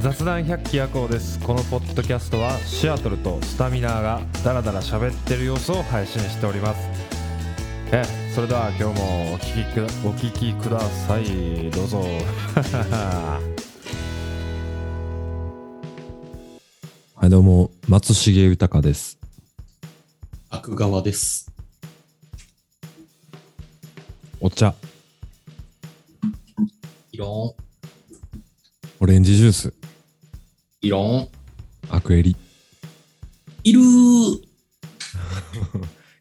雑談百鬼夜行ですこのポッドキャストはシアトルとスタミナーがダラダラ喋ってる様子を配信しておりますえそれでは今日もお聞きくお聞きくださいどうぞ はい、どうも、松重豊です。悪側です。お茶、いろん、オレンジジュース、いろん、アクエリ。いるー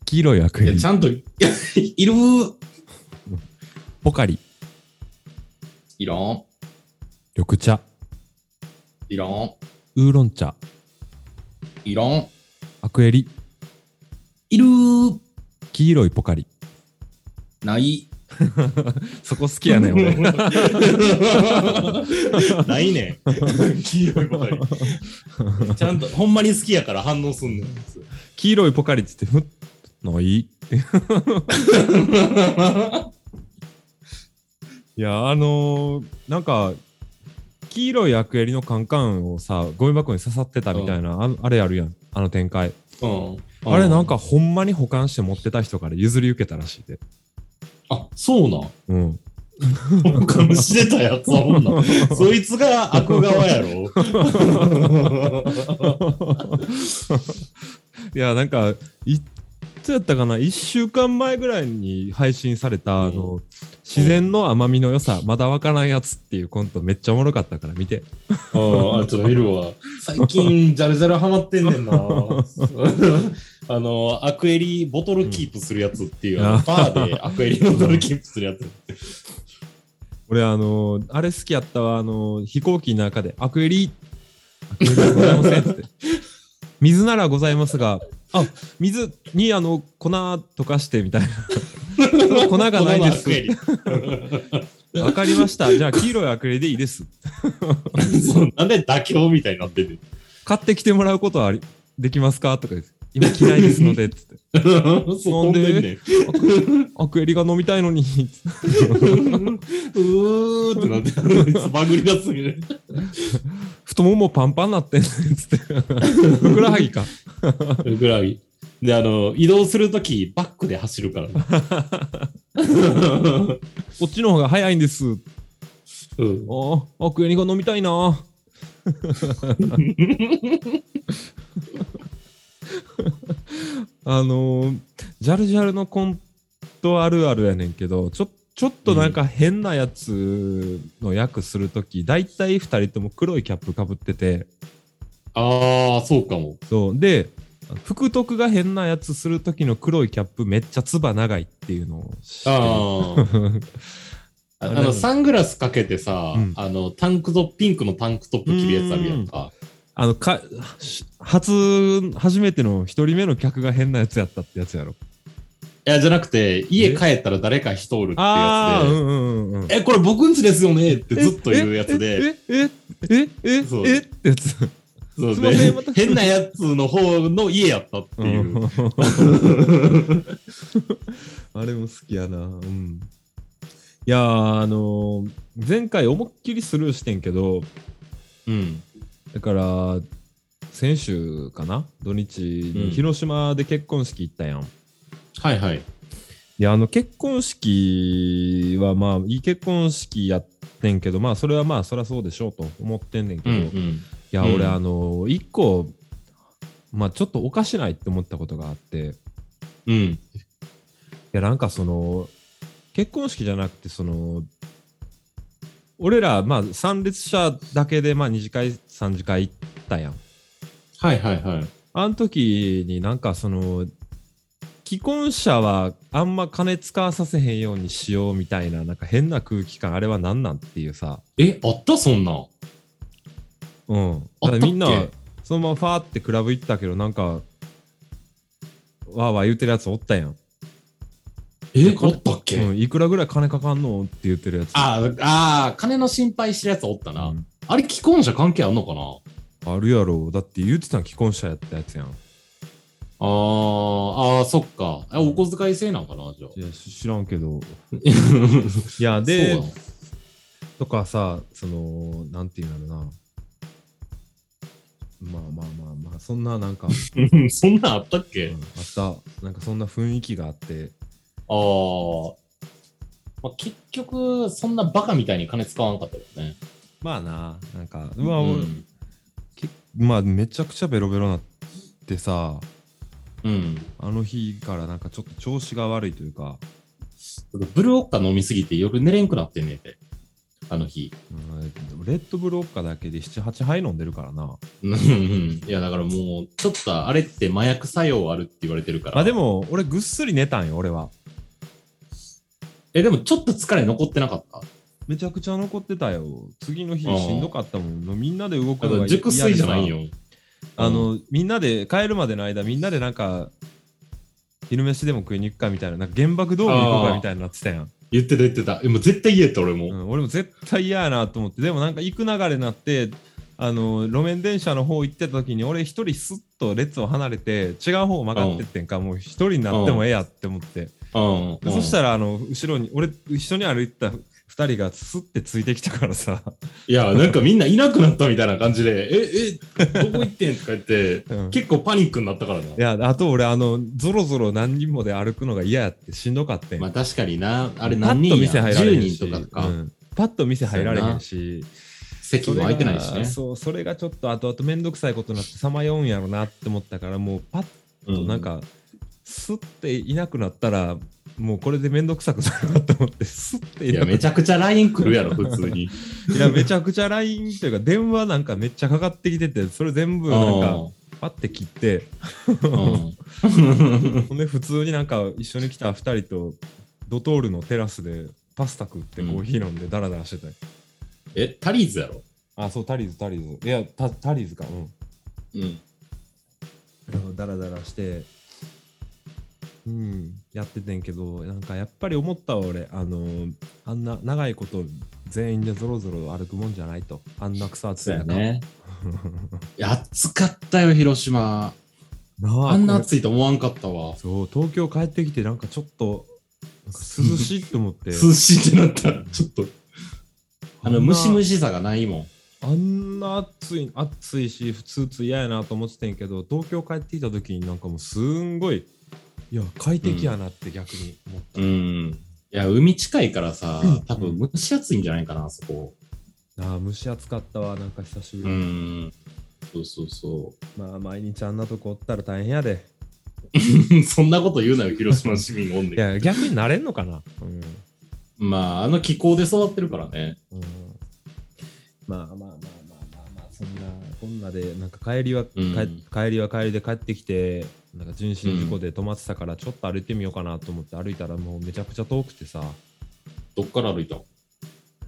黄色いアクいエや、リち。ゃんと、 いやいるーポカリ、いろん、緑茶、いろん、ウーロン茶、いろん、アクエリ。いるー黄色いポカリ。ない。そこ好きやねん、俺。 ないねん。黄色いばかり。ちゃんと、ほんまに好きやから反応す んねん。黄色いポカリって言って、ふっ、のいい。いや、あのー、なんか、黄色いアクエリのカンカンをさ、ゴミ箱に刺さってたみたいな、あのあれあるやん、あの展開。うん。あれなんかほんまに保管して持ってた人から譲り受けたらしいで。あ、そうなうん。 ん。他のしてたやつはほん なん。そいつが悪側やろ。いや、なんか、いつやったかな、1週間前ぐらいに配信された、うんあの、自然の甘みの良さ、まだわからんやつっていうコントめっちゃおもろかったから見て。うん、あ、ちょっと見るわ。最近、ジャルジャルハマってんねん な。あの、アクエリボトルキープするやつっていう、あのバーでアクエリボトルキープするやつ。俺、あのー、あれ好きやったわ、あのー、飛行機の中で、アクエリ、アクエリはございませんっつ って。水ならございますが、あ、水にあの、粉溶かしてみたいな。 粉がないでこす。のアクわかりました。じゃあ、黄色いアクエリでいいです。エリそうなんで妥協みたいになってんねん。買ってきてもらうことはありできますかとか言って今嫌いですのでっつってそう飛んでんねん。アクアクエリが飲みたいのにうーってなって、あいつバグり出すみたいな。太ももパンパンなってんねんっつってふくらはぎかぐらい。で、あの、移動するとき、バックで走るから ね。こっちの方が早いんですうあんーアクエリが飲みたいなあのー、ジャルジャルのコントあるあるやねんけどちょちょっとなんか変なやつの役するとき、大体2人とも黒いキャップかぶっててああ、そうかも。そうで福徳が変なやつするときの黒いキャップめっちゃつば長いっていうのを知ってるあ あ。ああれの、サングラスかけてさ、うんあの、タンクトップ、ピンクのタンクトップ着るやつあるやんか。あのかし初初めての1人目の客が変なやつやったってやつやろいや、じゃなくて、家帰ったら誰か人おるってああ、うやんうんうんうんつ。で、え、これ僕んちですよねってずっと言うやつで、え、え、え、え、え、えそうえってやつ。そうすいませんまでた変なやつの方の家やったっていうう。んあれも好きやな。うん。いやー、あのー前回思いっきりスルーしてんけど、うん。だから、先週かな土日うんに広島で結婚式行ったやん。いはいはい。や、あの、結婚式は、まあ、いい結婚式やってんけど、まあ、それはまあ、そりゃそうでしょうと思ってんねんけうんど、ういん。や、うん俺、あのー一個、まあ、ちょっとおかしないって思ったことがあって、いうん。や、なんかその、結婚式じゃなくて、その、俺ら、まあ、参列者だけで、まあ、二次会、三次会行ったやん。はいはいはい。あの時になんかその既婚者はあんま金使わさせへんようにしようみたいななんか変な空気感あれは何なんっていうさ、え、あったそんなん。うん、あっただかっけらみんなそのままファーってクラブ行ったけどなんかわーわー言うてるやつおったやん、え、おったっけ、うん、いくらぐらい金かかんのって言ってるやつあーあー、金の心配してるやつおったな。うんあれ、既婚者関係あんのかなあるやろだって言ってたん既婚者やったやつやんあーあー、そっか。えお小遣 い制なんかな、じゃあ。いやし知らんけどそういやでなのとかさ、その、なんていうんだろうな。まあまあまあまあ、そんななんか、うん そんなんあったっうけ、んあった、なんかそんな雰囲気があって、ああ。まあ、結局、そんなバカみたいに金使わんかったよね。まあな、なんか、うわ、う俺ん。けまあめちゃくちゃベロベロなってさ、うん、あの日からなんかちょっと調子が悪いというか、ブルーオッカ飲みすぎて夜寝れんくなってんねんて。あの日。うんレッドブルオッカだけで7、8杯飲んでるからな。うんうんいや、だからもう、ちょっとあれって麻薬作用あるって言われてるから。あでも、俺ぐっすり寝たんよ、俺は。え、でもちょっと疲れ残ってなかった。めちゃくちゃ残ってたよ。次の日あーしんどかったもん。みんなで動くだかのがら熟睡じゃない。よ。あの、みんなで帰るまでの間、みんなでなんか、昼飯でも食いに行くかみたいな、なんか原爆ドーム行こうかみたいになってたやん。言ってた言ってた。えもう絶対言えって俺も。うん、俺も絶対嫌やなと思って、でもなんか行く流れになって、あの路面電車の方行ってた時に俺一人スッと列を離れて違う方を曲がってってんか、もう一人になってもええやって思って、うん。でそしたらあの後ろに俺一緒に歩いてた二人がスッてついてきたからさ、いや、なんかみんないなくなったみたいな感じで、え、え、どこ行ってんとか言って、うん結構パニックになったからな。いや、あと俺、あの、ゾロゾロ何人もで歩くのが嫌やってしんどかったんよまあ確かにな、あれパ何ッと人店や入られへん ?10 し人とかか、うんパッと店入られへんし、席も空いてないしそれねが。そう、それがちょっと後々めんどくさいことになってさまようんやろなって思ったから、もうパッとなんか、スッていなくなったら、もうこれでめんどくさくなるなと思って、スッてうん、いや、めちゃくちゃ LINE 来るやろ、普通 に。いやめちゃくちゃ LINE というか、電話なんかめっちゃかかってきてて、それ全部なんか、パッて切って、うん。 ほんで普通になんか一緒に来た2人とドトールのテラスでパスタ食ってコーヒー飲んでダラダラしてたよ、 え、タリーズやろあそうタリーズタリーズいやタタリーズかううん。んダラダラしてうんやっててんけどなんかやっぱり思ったわ俺あのーあんな長いこと全員でぞろぞろ歩くもんじゃないとあんな草厚そういや中ね。いや暑かったよ、広島。なああんなこれ暑いと思わんかったわ。そう東京帰ってきてなんかちょっとなんか涼しいって思って涼しいってなっ たら、ちょっと。あの、んなムシムシさがないもん。あんな暑い、暑いし、普通つ嫌やなと思ってたんやけど、東京帰ってきた時になんかもうすんごい、いや、快適やなって逆に思った。うん。いや、海近いからさうん、多分蒸し暑いんじゃないかな、あそこ。ああ、蒸し暑かったわ、なんか久しぶうり。ん。そうそうそまあ、毎日あんなとこおったら大変やで。う。そんなこと言うなよ、広島市民おんいねん。や、逆になれんのかな。うん。まあ、あの気候で育ってるからね。うん、まあまあまあまあまあまあ、そんな、こんなで、なんか帰りは、うん帰帰りは帰りで帰ってきて、なんか人身事故で止まってたから、ちょっと歩いてみようかなと思って歩いたら、もうめちゃくちゃ遠くてさ。どっから歩いたの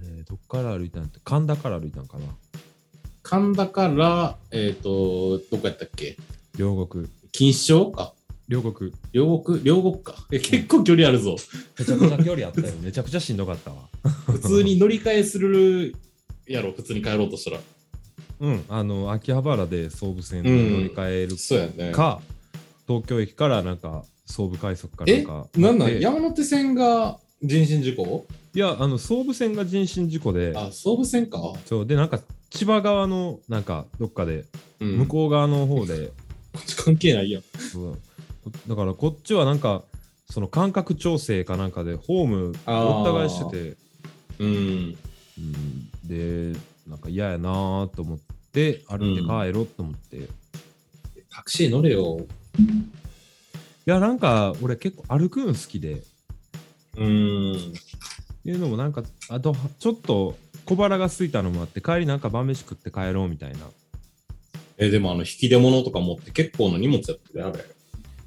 えーどっから歩いたんって神田から歩いたんかな神田から、えっ、と、どこやったっけ両国錦糸町か。両国両国両国か。え、結構距離ある ぞ。めちゃくちゃ距離あった よめちゃくちゃしんどかったわ普通に乗り換えするやろ、普通に帰ろうとしたら。うんあの秋葉原で総武線に乗り換えるそうやね。か、東京駅からなんか総武快速かなんえか、なんなんで山手線が人身事故いやあの総武線が人身事故であ、総武線か。そうでなんか千葉側のなんかどっかで、うん向こう側の方で、こっち関係ないやん。そうだからこっちはなんかその間隔調整かなんかでホームお互いしててうん。うんで、なんか嫌やなーと思って、歩いて帰ろうと思って。いタクシー乗れよ。や、なんか俺結構歩くん好きで、っうん。ていうのもなんか、あとちょっと小腹が空いたのもあって、帰りなんか晩飯食って帰ろうみたいな。え、でもあの、引き出物とか持って結構な荷物やったで、あれ。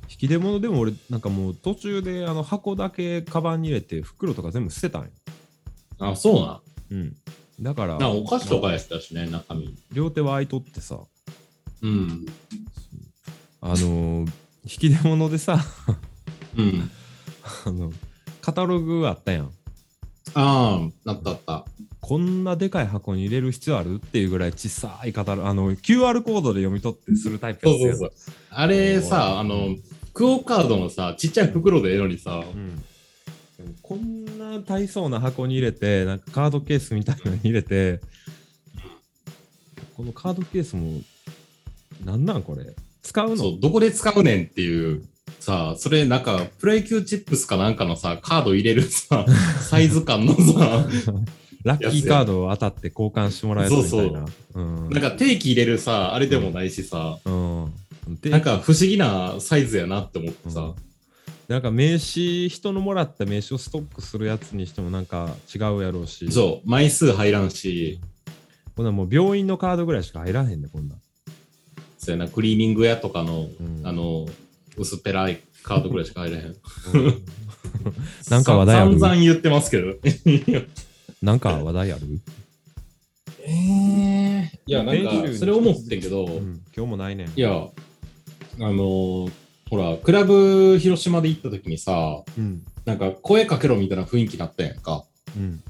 引き出物でも俺、なんかもう途中であの箱だけカバンに入れて、袋とか全部捨てたんよ。あ、そうな。うん。だから、なんかお菓子とかやったしね、中身。両手は空いとってさ、うん。あのー引き出物でさ、 うん。あの、カタログあったやん。ああ、なったあった。こんなでかい箱に入れる必要あるっていうぐらい小さい方のあの QR コードで読み取ってするタイプそやうつやそうそう。あれさ、あの、クオカードのさ、ちっちゃい袋でええのにさ、うんこんな大層な箱に入れて、なんかカードケースみたいなのに入れて、このカードケースも、なんなんこれ使うそのう、どこで使うねんっていう、さそれなんか、プロ野球チップスかなんかのさ、カード入れるさ、 サイズ感のさ、 ラッキーカードを当たって交換してもらえるみたいな。うんなんか定期入れるさ、あれでもないしさ、うん。でなんか不思議なサイズやなって思ってさ、なんか名刺、人のもらった名刺をストックするやつにしてもなんか違うやろうし、そう、枚数入らんし、こんなんもう病院のカードぐらいしか入らへんね、こんなん。そうやな、クリーニング屋とかの、うんあの、薄っぺらいカードぐらいしか入らへん。なんか話題あるさ散々言ってますけど。なんか話題ある、えー、いや、なんできるか、それ思ってんけど、うん、今日もないねん。いや、あのーほら、クラブ広島で行った時にさ、うん。なんか声かけろみたいな雰囲気になったやんか。うん。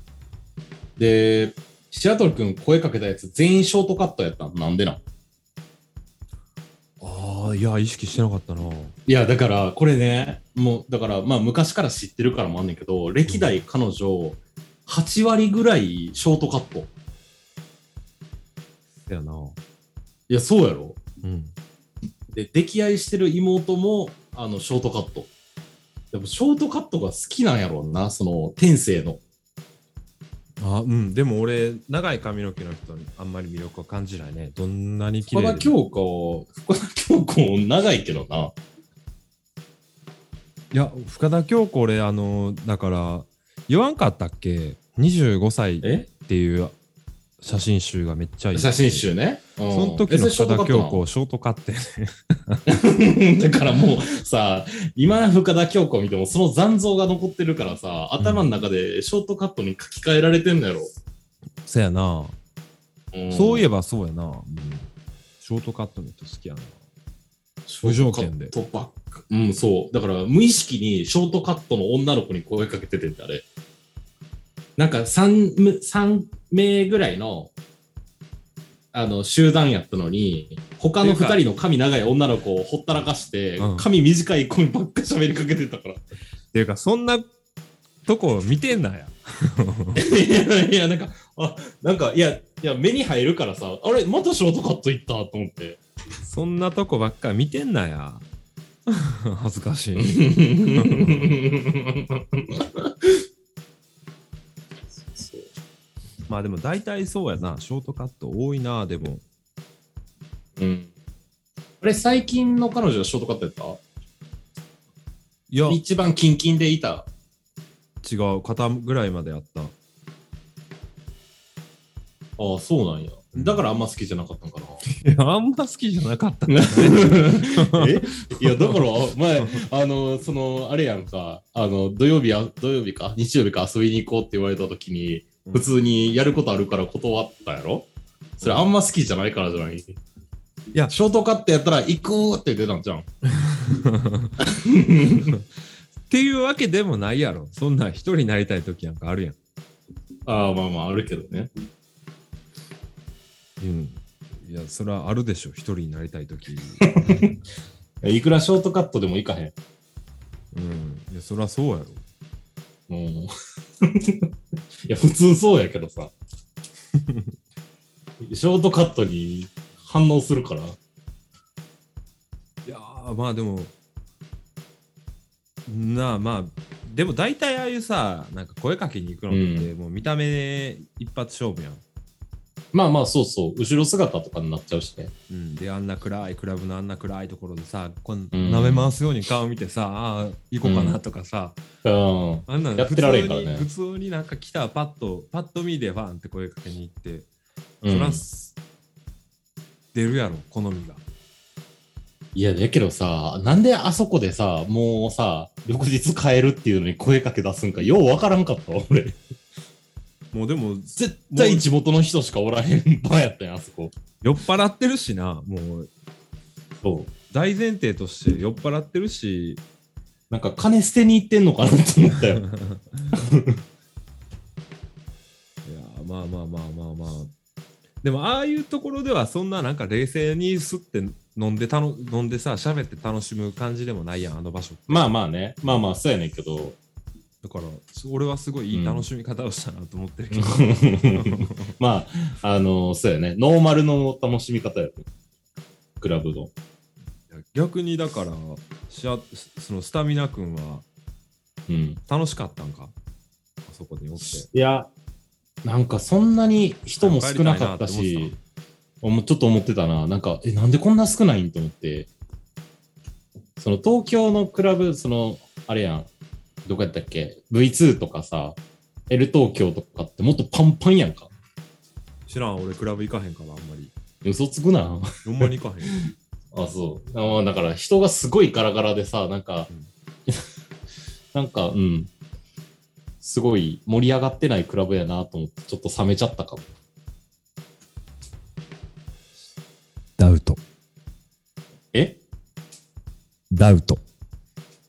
で、シアトル君声かけたやつ全員ショートカットやったんなんでなんああ、いや、意識してなかったな。いや、だから、これね、もう、だから、まあ、昔から知ってるからもあんねんけど、歴代彼女、8割ぐらいショートカット。だよな。いや、そうやろ。うん。で、溺愛してる妹も、あの、ショートカット。でも、ショートカットが好きなんやろうな、その、天性の。あうん。でも俺、長い髪の毛の人にあんまり魅力を感じないね。どんなに綺深麗田で。恭子、深田恭子、長いけどな。いや、深田恭子、俺、あの、だから、言わんかったっけ ?25 歳っえていう写真集がめっちゃいい。写真。集ね。うんその時のえ深それショー田トカッ恭ト子、ショートカットやね。 だからもうさ、今深田恭子見てもその残像が残ってるからさ、頭の中でショートカットに書き換えられてんのやろ。そやな。そういええば、ばそうやな。うんショートカットの人好きやな。シ無ョ条ートカ件でットばっか。うん、そう。だから無意識にショートカットの女の子に声かけててんだ、あれ。なんか 3, 三名ぐらいの、あの、集団やったのに、他の2人の髪長い女の子をほったらかして、うん髪短い子にばっか喋りかけてたから。 っていうか、そんなとこ見てんなや。いやいや、なんか、あ、なんか、いや、いや、目に入るからさ、あれ、またショートカットいったと思って。そんなとこばっか見てんなや。 恥ずかしい。そうまあでも大体そうやな。ショートカット多いな、でも。うん。あれ、最近の彼女はショートカットやっいや、た違一番キンキンでいた。う。肩ぐらいまであった。ああ、そうなんや。だからあんま好きじゃなかったんかな。いや、あんま好きじゃなかったね。えいや、だから、前、あの、その、あれやんか、あの、土曜日あ、土曜日か、日曜日か遊びに行こうって言われたときうに、ん普通にやることあるから断ったやろそれあんま好きじゃないからじゃないいやショートカットやったら行くーって出たんじゃん。っていうわけでもないやろ。そんなん一人になりたい時なんかあるやん。ああ、まあまあ、あるけどね。うん。いや、それはあるでしょ。一人になりたい 時。いくらショートカットでも行かへん。うん。いや、それはそうやろ。うん。 いや、普通そうやけど さ。ショートカットに反応するから。いやーまあでもなあまあでも大体ああいうさなんか声かけに行くのって、もう見た目で一発勝負やん、まあまあ、そうそう。後ろ姿とかになっちゃうしね。うん、であんな暗いクラブのあんな暗いところでさこんうん舐め回すように顔見てさ、ああ行こうかなとかさ、うん。あんなのやってられんからね普通に普通になんか来たらパッとパッと見でファンって声かけに行って、うんそらす出るやろ好みがいや、だけどさ、なんであそこでさ、もうさ、翌日帰るっていうのに声かけ出すんか、ようわからんかったわ、俺。もうでも絶対地元の人しかおらへん場やったんや、あそこ。酔っ払ってるしなもうそう。大前提として酔っ払ってるしなんか金捨てに行ってんのかなと思った よ。いやーまあまあまあまあまあでもああいうところではそんななんか冷静にすって飲んでたの飲んでさ喋って楽しむ感じでもないやんあの場所 まあまあね。まあまあ、そうやねんけど。だから、す俺はすごいいい楽しみ方をしたなと思ってるけど。 まあ、あの、そうやね。ノーマルの楽しみ方やね。クラブの。いや逆にだから、シアそのスタミナ君はうん。楽しかったんかあそこでおって。いや、なんかそんなに人も少なかった帰りたいなって思っし、もうちょっと思ってたな。なんか、え、なんでこんな少ないんと思って。その東京のクラブ、その、あれやん、どこやったっけ ?V2 とかさ、L 東京とかってもっとパンパンやんか。知らん、俺クラブ行かへんから、あんまり。嘘つくな。ほんまに行かへん。 あ、そう。あだから人がすごいガラガラでさ、なんか、 なんか、うん。すごい盛り上がってないクラブやなと思って、ちょっと冷めちゃったかも。ダウトえダウト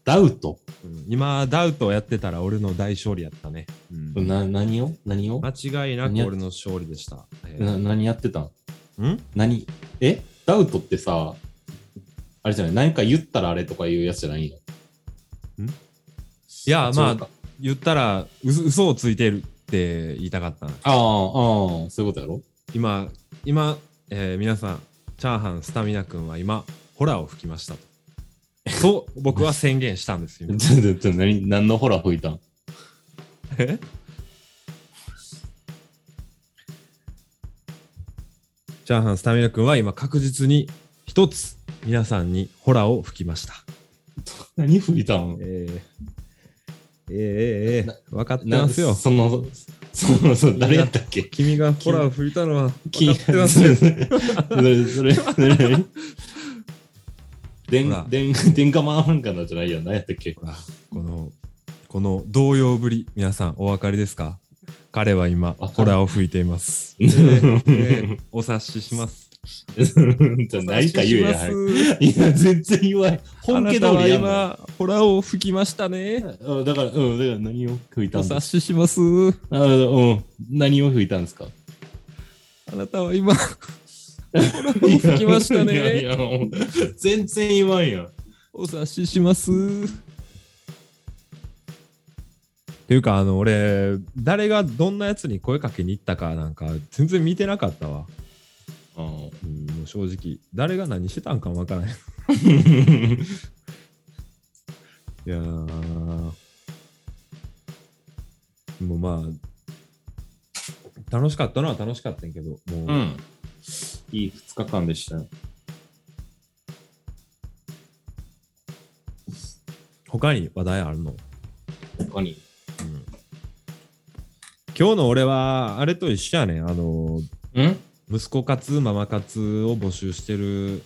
ダウトうん今、ダウトをやってたら俺の大勝利やったね。うんな、何を何を間違いなく何や俺の勝利でした。えな何やってたんーん何えダウトってさ、あれじゃない何か言ったらあれとかいうやつじゃないのいや、ま違うあか、言ったら、うそ嘘をついてるって言いたかったな。ああ、ああ、そういうことやろ 今、今、えー皆さん、チャーハンスタミナ君は今、ホラーを吹きましたと。 そう、僕は宣言したんです よ。ちょちょちょ何何のホラー吹いたんえチャーハンスタミナ君は今確実に一つ皆さんにホラーを吹きました。何吹いたんえー、えー、えー、えー、分かってなますよ。その、その、その誰やったっけ君がホラーを吹いたのは分かってまなすそれ、よ。 それ、それ、それ何でほらん、でん、でんかまなんかなじゃないよ。何やったっけ ほら、この、この動揺ぶり、皆さんお分かりですか彼は今、かるホラーを吹いています。 えーえー お察しします。じゃあ何か言えおや。察はしいします いや、全然言わない。本家通あなりやんたの。は今、ホラーを吹きましたね。あだから、うん、だから何を吹いたおん察ですしします。かあうん、何を吹いたんですかあなたは 今、ホラーを吹きましたいやいね。や、もう全然言わんやん。お察しします。っていうか、あの、俺、誰がどんなやつに声かけに行ったかなんか、全然見てなかったわ。うんうん、もう正直。誰が何してたんかもわからない。いやー。もうまあ、楽しかったのは楽しかったんやけど、もう、うん。いい2日間でしたよ。他に話題あるの他に。今日の俺は、あれと一緒やねん。あの、ん息子活、ママ活を募集してる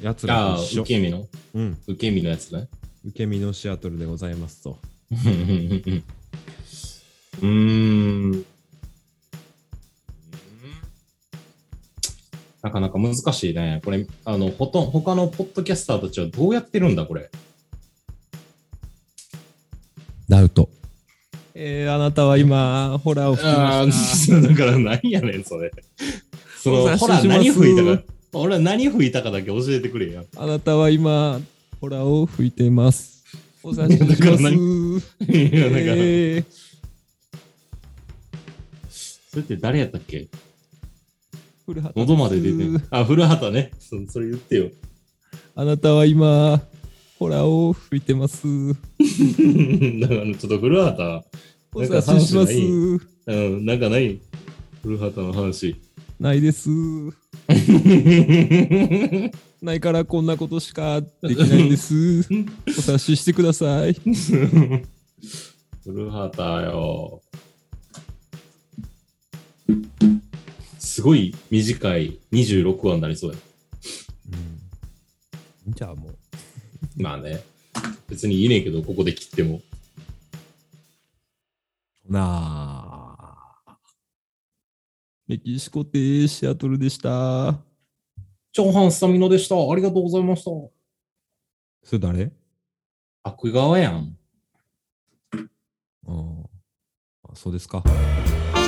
やつらああ、と一受緒。け身のうん。受け身のやつ ね。受け身のシアトルでございますと。うーん。なかなか難しいね。これ、あの、ほとん、他のポッドキャスターたちはどうやってるんだ、これ。ダウトえー、あなたは今、ホラーを吹きああました。ー、 だから何やねん、それ。そおの、察しほら、します何吹いたか。俺は何吹いたかだけ教えてくれや。あなたは今、ホラーを吹いています。お察ししまだからす。いや、なんか、えーそれって誰やったっけ古畑喉まで出てでるす。あ、古畑ね。そそれ言ってよ。 あなたは今、ホラーを吹いてます。だから、ちょっと古畑、お察しします。うん、なんかない古畑の 話。ないです。ないからこんなことしかできないんです。 お察ししてください。古畑よ。すごい短い26話になりそうや。じゃあもう。まあね。別にいいねんけど、ここで切っても。なあ。メキシコ亭シアトルでした。長半スタミナでした。ありがとうございました。それ誰悪側やん。うん。あそうですか。あ